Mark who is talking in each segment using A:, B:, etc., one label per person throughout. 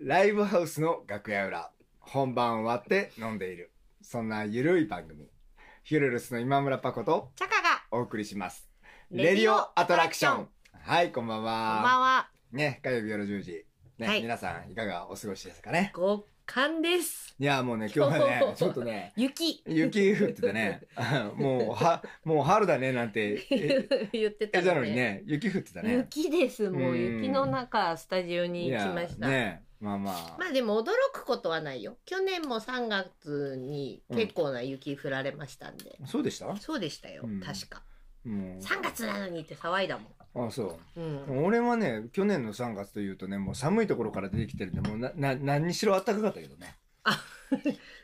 A: ライブハウスの楽屋裏、本番終わって飲んでいる。そんなゆるい番組、ヒュルルスの今村パコと
B: チャカが、
A: お送りします。レ
B: レ
A: デ
B: デ
A: ィ
B: ィ
A: オ
B: オ
A: ア
B: ア
A: ト
B: ト
A: ラ
B: ラ
A: ク
B: ク
A: シ
B: シ
A: ョ
B: ョ
A: ン
B: ン。
A: はい、こんばん
B: こんばん
A: は。
B: は、
A: ね、火曜日夜10時。ね、
B: はい
A: 皆さんいかがお過ごしですかね。
B: 極寒です。
A: いや、もうね、今日は
B: 今
A: ね、
B: 日
A: ちょっとね、
B: 雪
A: 雪降っててね、もう、は、もう春だね、なんて、え、
B: 言ってた
A: え
B: の
A: な
B: で
A: のにね、雪降ってたね。
B: 雪です。も
A: う
B: うん雪の中、スタジオに
A: い
B: 来
A: や
B: ました。
A: ね、まあまあ。
B: まあでも驚くことはないよ。去年も3月に結構な雪降られましたんで。
A: そうでした
B: そうでしたよ、
A: うん
B: 確か。
A: もう。
B: 3月なのにって騒いだもん。
A: あ、そう。
B: うん。
A: 俺はね、去年の3月というとね、もう寒いところから出てきてるんで、もうな、な、何にしろ暖かかったけどね。
B: あ、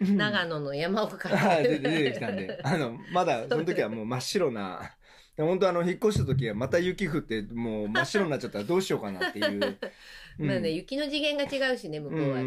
A: うん
B: 長野の山奥か
A: は
B: ら。
A: い、出て出てきたんで。あの、まだ、その時はもう真っ白な、で本当あの、引っ越した時はまた雪降って、もう真っ白になっちゃったらどうしようかなっていう。うん
B: まあね、雪の次元が違うしね、向こうはね。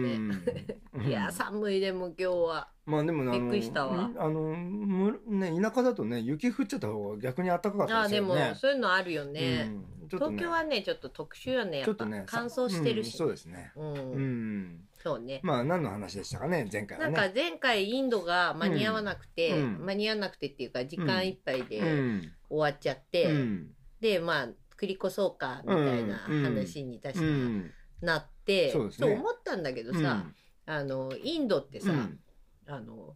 A: うん
B: いや、寒いでも今日は。
A: まあでもねあの
B: びっくりしたわ
A: あの、むね、田舎だとね、雪降っちゃった方が逆に暖かかっ
B: あ
A: た
B: あ、
A: です
B: で
A: よ
B: も、
A: ね。
B: そういうのあるよね。
A: うんちょっとね
B: 東京はね、ちょっと特殊よね。や
A: ちょ
B: っ
A: っと
B: ぱ
A: ね、
B: 乾燥してるし
A: うんそ。うですね。
B: うん、
A: うん。
B: そうね。
A: まあ何の話でしたかね、前回
B: な
A: は
B: ん
A: ね。
B: か前回インドが間に合わなくて、
A: うんうん
B: 間に合わなくてっていうか時間いっぱいで
A: ん。
B: 終わっちゃって、
A: うん
B: で、まあ、繰り越そうか、みたいな話に確
A: う
B: か
A: ん
B: なって、
A: そうですね
B: と思ったんだけどさ、あの、インドってさ、
A: うん
B: あの、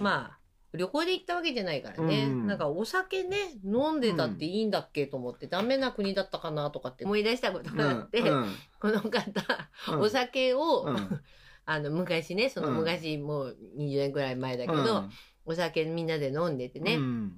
B: まあ、旅行で行ったわけじゃないからね。
A: うん
B: なんかお酒ね、飲んでたっていいんだっけと思って、ダメな国だったかなとかって思い出したことがあって、
A: うん
B: この方、
A: うん
B: お酒を、
A: うん
B: あの、昔ね、その
A: うん
B: 昔、もう20年ぐらい前だけ
A: う
B: ど、
A: ん
B: お酒みんなで飲んでてね、
A: うん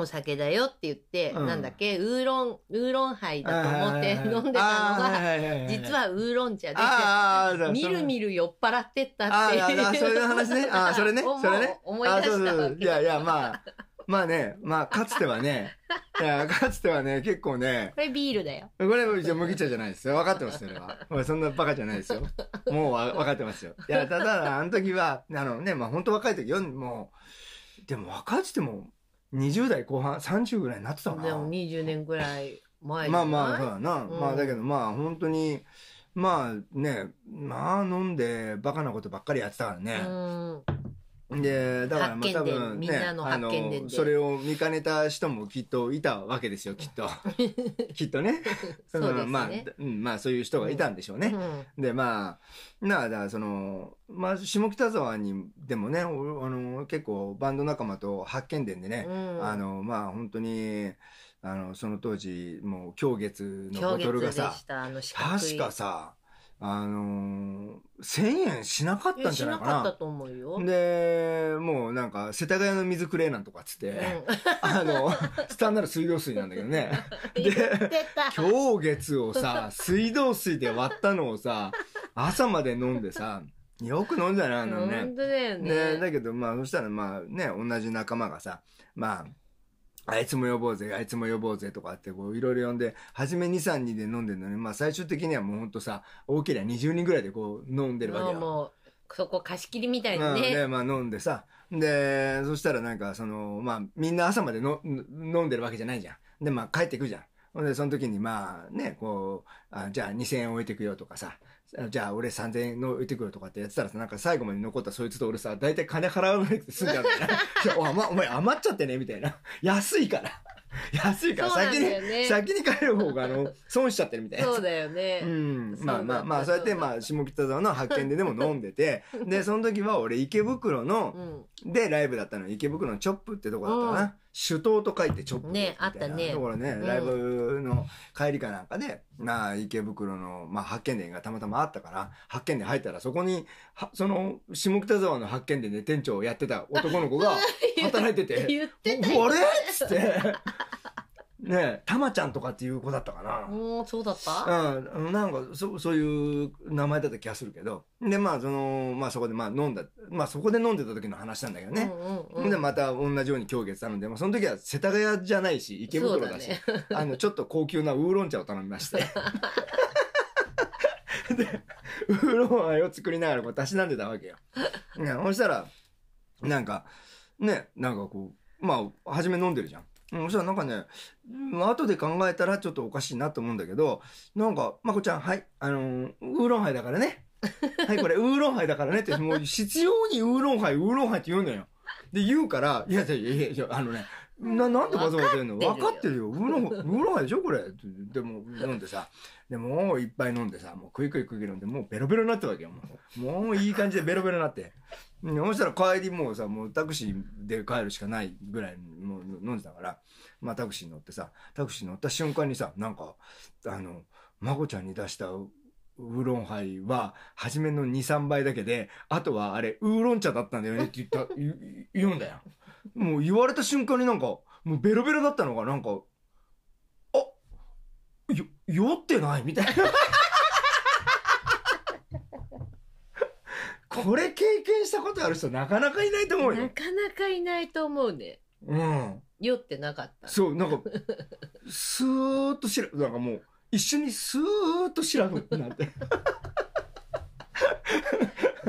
B: お酒だよって言って、
A: うん
B: なんだっけ、ウーロン、ウーロン杯だと思って飲んでたのが、
A: が
B: 実はウーロン茶で、
A: あーあー、あー
B: みるみる酔っ払ってった
A: あ
B: っ
A: ー
B: て
A: あーあー
B: いう。
A: そういう話ね。 ああ、それね。
B: 思う
A: それね。
B: 思い出した
A: あーそうそう
B: わ
A: そ
B: け
A: ういやいや、まあ、まあね、まあ、かつてはね、いや、かつてはね、結構ね、
B: これビールだよ。
A: これ、じゃあ麦茶じゃないですよ。分かってます、それは。俺そんなバカじゃないですよ。もうわ分かってますよ。いや、ただ、あの時は、あのね、まあ本当若い時よ、もう、でも若い時でも、20代後半、30ぐらいになってた
B: で
A: かな。
B: も20年ぐらい前
A: まあまあ、そう
B: あ。
A: だな。
B: うん
A: まあだけど、まあ本当に、まあね、まあ飲んでバカなことばっかりやってたから
B: う
A: ね。
B: ん。
A: で、だからまあ
B: 発見
A: 多
B: 伝
A: 分
B: み
A: ね、
B: んなの発見伝で
A: あのそれを見かねた人もきっといたわけですよ、きっ と。きっとね。
B: そうですね
A: んまあ、うんまあそういう人がいたんでしょうね。
B: うん
A: で、まあ、なあ、だからその、まあ、下北沢に、でもね、おあの、結構バンド仲間と発見伝でね、
B: うん
A: あの、まあ、本当に、あの、その当時、もう、狂月の
B: 狂
A: ボトル
B: 月
A: が
B: で
A: さ、
B: した、あの四角い。
A: 確かさ、あの、1000円しなかっ
B: い
A: た
B: や
A: んじ
B: し
A: ゃな
B: ない
A: か
B: かった
A: な。
B: と思うよ。
A: で、もうなんか、世田谷の水くれなんとかっつって、あの、スタンダード水道水なんだけどね。
B: うん、
A: で
B: 言ってた。
A: 今日月をさ、水道水で割ったのをさ、朝まで飲んでさ、よく飲んだな、あの
B: 本
A: ね。
B: 当だよ
A: ね
B: ね。
A: だけど、まあ、そしたら、まあね、同じ仲間がさ、まあ、あいつも呼ぼうぜ、あいつも呼ぼうぜとかって、こう、いろいろ呼んで、初め2、3人で飲んでるのに、まあ、最終的にはもうほんとさ、大きな20人ぐらいでこう、飲んでるわけ
B: もう
A: よ。
B: もう、そこ貸し切りみたいな
A: うん、
B: ね。
A: で、まあ飲んでさ。で、そしたらなんか、その、まあ、みんな朝までの飲んでるわけじゃないじゃん。で、まあ帰ってくじゃん。ほんで、その時にまあね、こう、あじゃあ2000円置いてくよとかさ、あじゃあ俺3000円の置いてくよとかってやってたらさ、なんか最後まで残ったそいつと俺さ、大体金払わなくて済んじゃうんだ よね。いやおまお前余っちゃってね、みたいな。安いから。安いから
B: そうなん
A: 先
B: だよ
A: に、
B: ね
A: 先に帰る方があの、損しちゃってるみたいな。
B: そうだよね。
A: うん
B: そう
A: まあまあまあ、そうやって、まあ、下北沢の発見ででも飲んで て、で、その時は俺、池袋
B: う
A: の、
B: ん。
A: で、ライブだったの、池袋のチョップってとこだったか
B: う
A: な。首都と書いてチョップ。
B: ねあったね
A: ところね、
B: うん
A: ライブの帰りかなんかで、まあ、池袋の、まあ、発見伝がたまたまあったから、発見伝入ったら、そこに、はその、下北沢の発見伝で店長をやってた男の子が働いてて、
B: 言ってた
A: お
B: よ
A: あれっつって、ねえ、たまちゃんとかっていう子だったかな。
B: もうそうだった
A: うん、なんか、そ、そういう名前だった気がするけど。で、まあ、その、まあそこで、まあ飲んだ、まあそこで飲んでた時の話なんだけど
B: う
A: ね。
B: んうんうん
A: で、また同じように狂月なので、まあその時は世田谷じゃないし、池袋だし、
B: そ
A: あの、ちょっと高級なウーロン茶を頼みまして。で、ウーロン茶を作りながらこう、たしなんでたわけよ。ね、そしたら、なんか、ね、なんかこう、まあ、初め飲んでるじゃん。うん、そしたらなんかね、うん後で考えたらちょっとおかしいなと思うんだけど、なんか、まこちゃん、はい、あのーウーロンハイだからね、はい、これウーロンハイだからねって、もう必要にウーロンハイ、ウーロンハイって言うのよ。で、言うから、いや、いや、いやいや、あのね、な、なんでわざわざ言うの分
B: 分
A: か
B: か
A: っ
B: ってて
A: るよ。ウーロン、ウ ーロンハイでしょこれ。でも、飲んでさ。でもういっぱい飲んでさ、もうクイクイクイクイ飲んで、もうベロベロになったわけよ。もうもういい感じでベロベロになって。うんそしたら帰りもうさ、もうタクシーで帰るしかないぐらいもう飲んでたから、まあタクシーに乗ってさ、タクシーに乗った瞬間にさ、なんか、あの、まこちゃんに出したウーロンハイは、初めの2、3杯だけで、あとはあれ、ウーロン茶だったんだよねって言った、言う言うんだよ。もう言われた瞬間になんか、もうベロベロだったのが、なんか、あ、よ、酔ってないみたいな。これ経験したことある人なかなかいないと思う
B: な
A: よ。
B: かなかいないと思うね。
A: うん。
B: 酔ってなかった。
A: そう、なんか、スーッとしら、なんかもう、一緒にスーッとしらふなんて。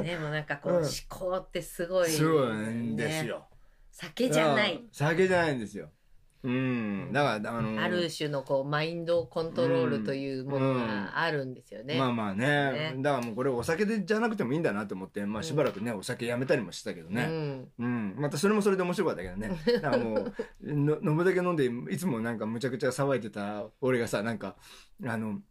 B: でもなんかこう、
A: うん
B: 思考ってすごい、
A: すごいんです
B: ね。
A: よ。
B: 酒じゃな
A: う
B: い
A: ん。。酒じゃないんですよ。うん。だから、あの、
B: ある種のこう、マインドコントロールというものがあるんですよね。
A: まあまあね
B: ね
A: だからもうこれお酒でじゃなくてもいいんだなと思って、まあ、しばらくね、お酒やめたりもしてたけど
B: う
A: ね、
B: ん。
A: うんまたそれもそれで面白かったけどねなんかもう の飲むだけ飲んでいつもなんかむちゃくちゃ騒いでた俺がさなんかあの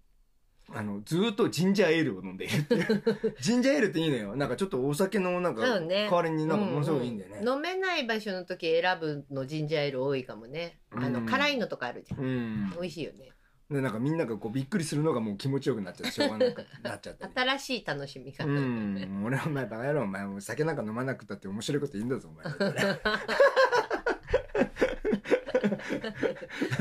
A: あのずーっとジンジャーエールを飲んでいるっていう ジンジャーエールっていいのよなんかちょっとお酒のなんか
B: そうね
A: 代わりになんかものすごくいいんだよね
B: う、う飲めない場所の時選ぶのジンジャーエール多いかもね。あの、
A: うん
B: 辛いのとかあるじゃん。
A: うん
B: 美味しいよね。
A: でなんかみんながこうびっくりするのがもう気持ちよくなっちゃってしょうが なくなっちゃったり
B: 新しい楽しみ方。
A: うん、俺はお前バカ野郎お前もう酒なんか飲まなくたって面白いこと言うんだぞお前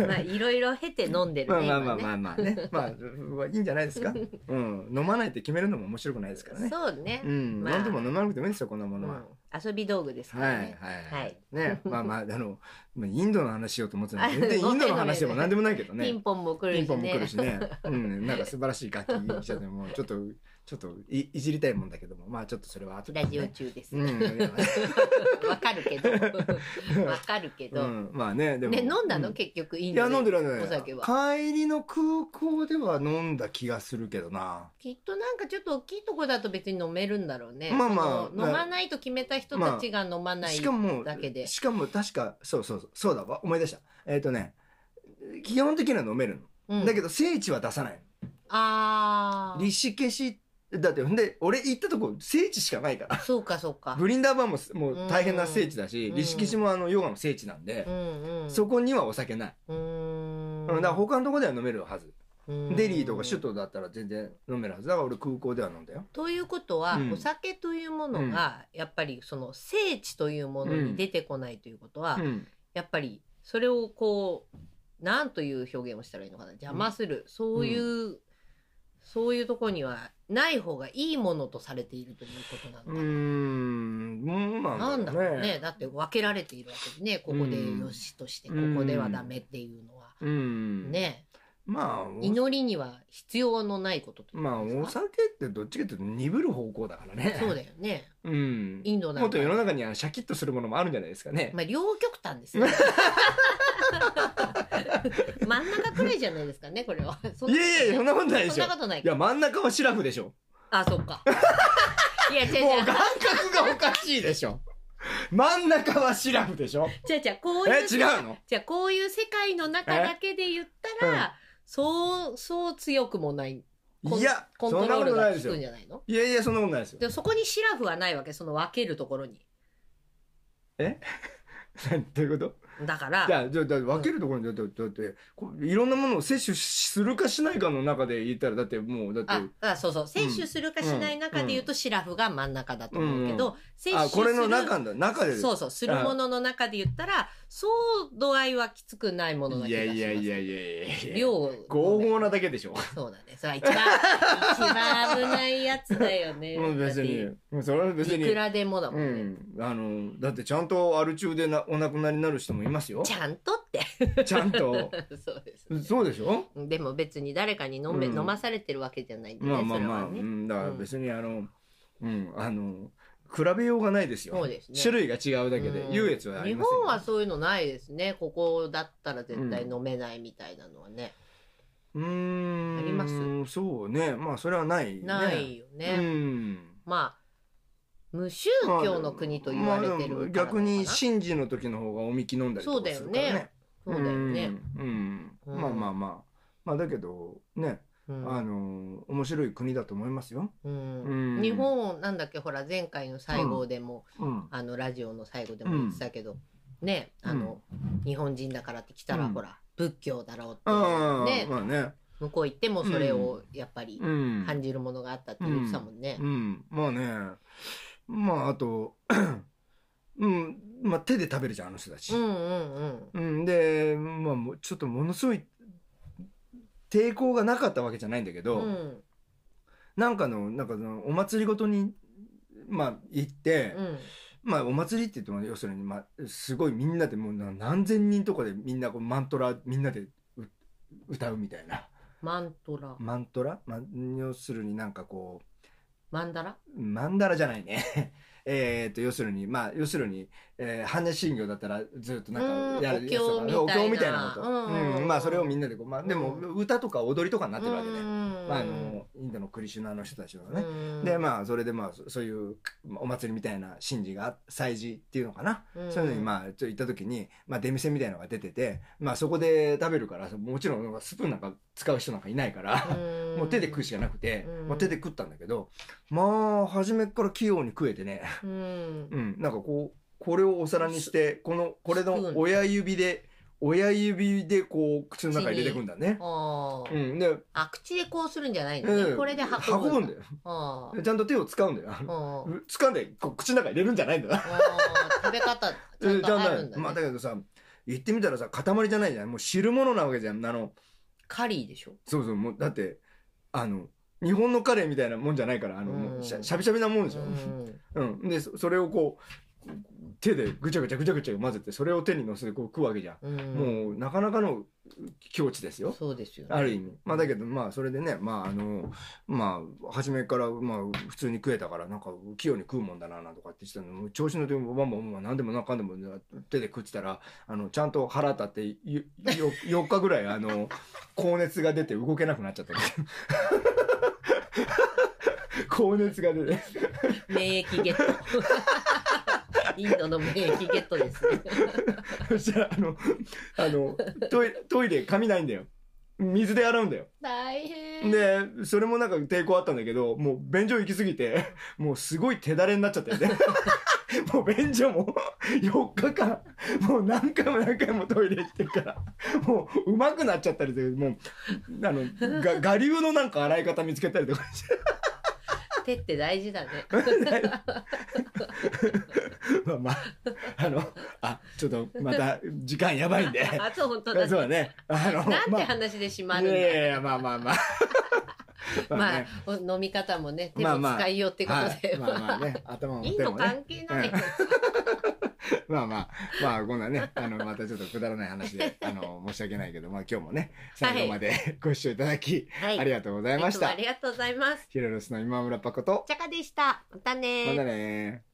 B: まあ、いろいろ経て飲ん で
A: ま
B: る
A: あ
B: ね。
A: まあまあま
B: 今ね
A: あまあねまあ いいんじゃないですか、うん、飲まないって決めるのも面白くないですからね
B: そうね
A: う。ん、
B: まあ
A: 飲んでも飲まなくてもいいんですよこんなものは、
B: うん遊び道具ですか
A: はい
B: ら
A: は
B: ね。
A: い
B: はい
A: ねまあまああのまあインドの話しようと思って たのに全然
B: ご
A: イン
B: めん
A: ドの話でも何でもないけど
B: ピ
A: ね
B: ンポンも来るし
A: ピンポ
B: ね。
A: ンも来るしね、うん、なんか素晴らしい楽器じゃねもうちょっとちょっといいじりたいもんだけどもまあちょっとそれは後で、
B: ラジオ
A: ね、
B: 中です。
A: う
B: わ、
A: んいや
B: かるけど。わかるけど。
A: うん、 まあねでも
B: ね、飲んだの、
A: う
B: 結局イン
A: い
B: ド
A: や、
B: で
A: 飲んでる飲んでる。
B: お酒は
A: 帰りの空港では飲んだ気がするけどな。
B: きっとなんかちょっと大きいとこだと別に飲めるんだろうね。
A: まあまあ
B: その飲まないと決めた人たちが飲まない。
A: しかも
B: だけ、で
A: しかも確か、そうそうそう、そうだわ、思い出した。えっ、とね、基本的には飲めるの。
B: うん
A: だけど、聖地は出さない
B: あ
A: の。
B: ー
A: リシケシ、だって、ほんで、俺行ったとこ、聖地しかないから。
B: そうかそうか。
A: ブリンダーバーもすもう大変な聖地だし、
B: うん
A: リシケシもあのヨガの聖地なんで
B: う、んうん。
A: そこにはお酒ない。
B: うーん。
A: うん、だから他のとこでは飲めるはず。
B: うん
A: デリーとか首都だったら全然飲めるはず。だから俺空港では飲んだよ。
B: ということは、
A: うん
B: お酒というものが、やっぱりその聖地というものに出てこないということは、
A: うん。
B: やっぱりそれをこう、なんという表現をしたらいいのかな。邪魔する。そういう、そういうとこにはない方がいいものとされているということなのか
A: う
B: な
A: ーん、うんな
B: なん
A: ん
B: だ
A: だ
B: ろ
A: ろ
B: う
A: う
B: ね。
A: ね。
B: だって分けられているわけでね。ここでよしとして、ここではダメっていうのは。
A: うん。。
B: ね。
A: まあ、お
B: 祈りには必要のないことという
A: まあ、
B: ん
A: お
B: ですか
A: 酒ってどっちかっていうと鈍る方向だからね。
B: そうだよね。
A: うん。
B: インドなんか
A: もっと世の中にはシャキッとするものもあるんじゃないですかね。
B: まあ、両極端です ね。真ん中くらいじゃないですかね、これは。そん
A: いやいや、そんなことないで
B: そ
A: し
B: ん
A: ょ。
B: ないことないか。
A: や、真ん中はシラフでしょ。
B: あ、そ っか。いや、違う
A: もう
B: 違
A: 眼。
B: う
A: 角がおかしいでしょ。真ん中はシラフでしょ。
B: じゃじゃこう
A: え、
B: いう、
A: 違うの
B: じゃこういう世界の中だけで言ったら、
A: え
B: そう、そう強くもない。コン
A: いや、
B: コン
A: そ
B: ト
A: んな
B: ロ
A: こ
B: ー
A: と
B: ル
A: な
B: が
A: い
B: 効
A: です
B: く
A: よ
B: ん。じゃないの
A: いやいや、そんなことないですよ。
B: でそこにシラフはないわけ、その分けるところに。
A: どういうこと
B: だか
A: じ
B: ら、
A: ゃあ、じゃあ、だって分けるところに、だって、だって、こういろんなものを摂取するかしないかの中で言ったら、だってもう、だって、
B: あ、あそうそう、摂取するかしない中で言うと、シラフが真ん中だと思うけど、摂取
A: あ、
B: す
A: これの
B: る
A: 中だ、中で。
B: そうそう、するものの中で言ったら、そう度合いはきつくないものだ
A: い
B: 気が
A: や
B: します。
A: いやいやいやいやいや。
B: 量を
A: 合法なだけでしょ。
B: そうだね。それは一番、一番危ないやつだよね。
A: うん、別に。うんそれは
B: だっ
A: 別
B: ていく
A: に。
B: らでもだも
A: うんん。
B: ね。
A: あの、だってちゃんとアル中でなお亡くなりになる人もいますよ。
B: ちゃんとって。
A: ちゃんと。
B: そうです、ね。
A: そうでしょ
B: でも別に誰かに飲め、
A: うん
B: 飲まされてるわけじゃないんでね、
A: まあまあまあ、
B: そうれはね。
A: ん、だから別にあの、うん、あの、比べようがないですよ。
B: そうですね
A: 種類が違うだけで
B: う、ん
A: 優越はあり
B: 日
A: ませんよ
B: 本はそういうのないですね。ここだったら絶対飲めないみたいなのはね。
A: うーん
B: あります
A: そうねまあそれはない、ね、
B: ないよね。
A: うん
B: まあ無宗教の国と言われてるからなのかな、
A: まあでも逆に神事の時の方がおみき飲んだりとかするからね
B: そうだよね。
A: うん、うん
B: うん
A: まあまあまあまあだけどね、
B: うん
A: あの面白い国だと思いますよ、
B: うん
A: うん
B: 日本なんだっけほら前回の最後でも、
A: うん、
B: あのラジオの最後でも言ってたけど、ねあの、日本人だからって来たら、
A: うん
B: ほら仏教だろうって
A: ああ、
B: ね
A: まあね
B: 向こう行ってもそれをやっぱり
A: うん
B: 感じるものがあったって言ってたもんね。
A: うん、まあねまああと うんまあ手で食べるじゃんあの人たち、
B: うんうんうん。
A: うん、でまあもうちょっとものすごい抵抗がなかったわけじゃないんだけど、
B: うん
A: なんかのなんかそのお祭りごとにまあ行って、
B: うん
A: まあお祭りって言っても要するにまあすごいみんなでもうな何千人とかでみんなこうマントラみんなでう歌うみたいな
B: マントラ、
A: マントラ、まあ、要するになんかこ
B: マンダラ、
A: うマンダラじゃないね えっと要するにまあ要するに、えー、般若心経だったらずっとなんかや
B: う
A: る
B: ん
A: やつとかね
B: お経みたいな
A: お経みたいなこと、
B: うんうんうん
A: まあそれをみんなでこう、まあ、でも
B: う
A: 歌とか踊りとかにな
B: な
A: ってるわけで、まあ、あ
B: ね
A: のインドのクリシュナの人たちのね、でまあそれでまあそそういうまあお祭りみたいな神事が祭事っていうのかな、
B: うん
A: そういうのにまあちょっと行った時に、まあ、出店みたいなのが出てて、まあ、そこで食べるからもちろんなんかスプーンなんか使う人なんかいないから、もう手で食うしかなくて、
B: うん
A: まあ、手で食ったんだけどまあ初めっから器用に食えてね、
B: うん
A: うん、なんかこうこれをお皿にしてこのこれ
B: スプーン
A: の親指で親指でこう口の中に入れてくんだね。
B: あー
A: うん、で、
B: あ口でこうするんじゃないのね、
A: うん
B: これで運
A: 運
B: ぶ
A: ぶんだ
B: よ
A: よ。
B: あー
A: ちゃんと手を使うんだよ。
B: あー
A: う掴んでこう口の中に入れるんじゃないんだな。
B: あー食べ方ちゃんとあるんだね、
A: まあだけどさ言ってみたらさ塊じゃないじゃんもう汁物なわけじゃんあの
B: カリーでしょ
A: そうそうもうだってあの日本のカレーみたいなもんじゃないからあの、もうし
B: うん
A: ゃしゃびしゃびなもんでしょ、
B: うん
A: うんでそそれをこう手でぐちゃぐちゃぐちゃぐちゃ混ぜてそれを手にのせてこう食うわけじゃん、
B: うん
A: もうなかなかの境地ですよ
B: そうですよね
A: ある意味まあだけどまあそれでねまああのまあ初めからまあ普通に食えたからなんか器用に食うもんだななんとかってしてたのもう調子の時もバンバンバン何でもなんかんでも手で食ってたらあのちゃんと腹立ってよよ4日ぐらいあの高熱が出て動けなくなっちゃったんです 高熱が出て
B: 免疫ゲ ットインドの免疫ゲットですね
A: そしたらあのあのトイレトイレ髪ないんだよ水で洗うんだよ
B: 大変
A: で、それもなんか抵抗あったんだけど、もう便所行きすぎて、もうすごい手だれになっちゃったよね。 もう便所も4日間、もう何回も何回もトイレ行ってるから、もう上手くなっちゃったりとか、もう、あの、が我流のなんか洗い方見つけたりとかして、
B: 手って大事だね
A: まあまあ、あの、あ、ちょっとまた時間やばいんで。
B: あそう本当
A: そう
B: だ
A: だね。あの、
B: なん
A: ま
B: て
A: あ、
B: 話でしまるん
A: い
B: だ、
A: やいやいや、まあまあ まあ。
B: まあ
A: ね、
B: お飲み方もね手
A: まあ
B: の
A: まあ
B: 使いようってことで、
A: はいまあまあ ね、頭も
B: イン
A: 手
B: ド
A: もね。
B: 関係ない、
A: まあまあ、まあ、こんなね、あの、またちょっとくだらない話で、あの、申し訳ないけど、まあ今日もね、最後までご視聴いただき、
B: はい
A: ありがとうございまし
B: いつも
A: た
B: あ。りがとうございます
A: ヒロロスの今村パコと、
B: チャカでしたまたね
A: またねー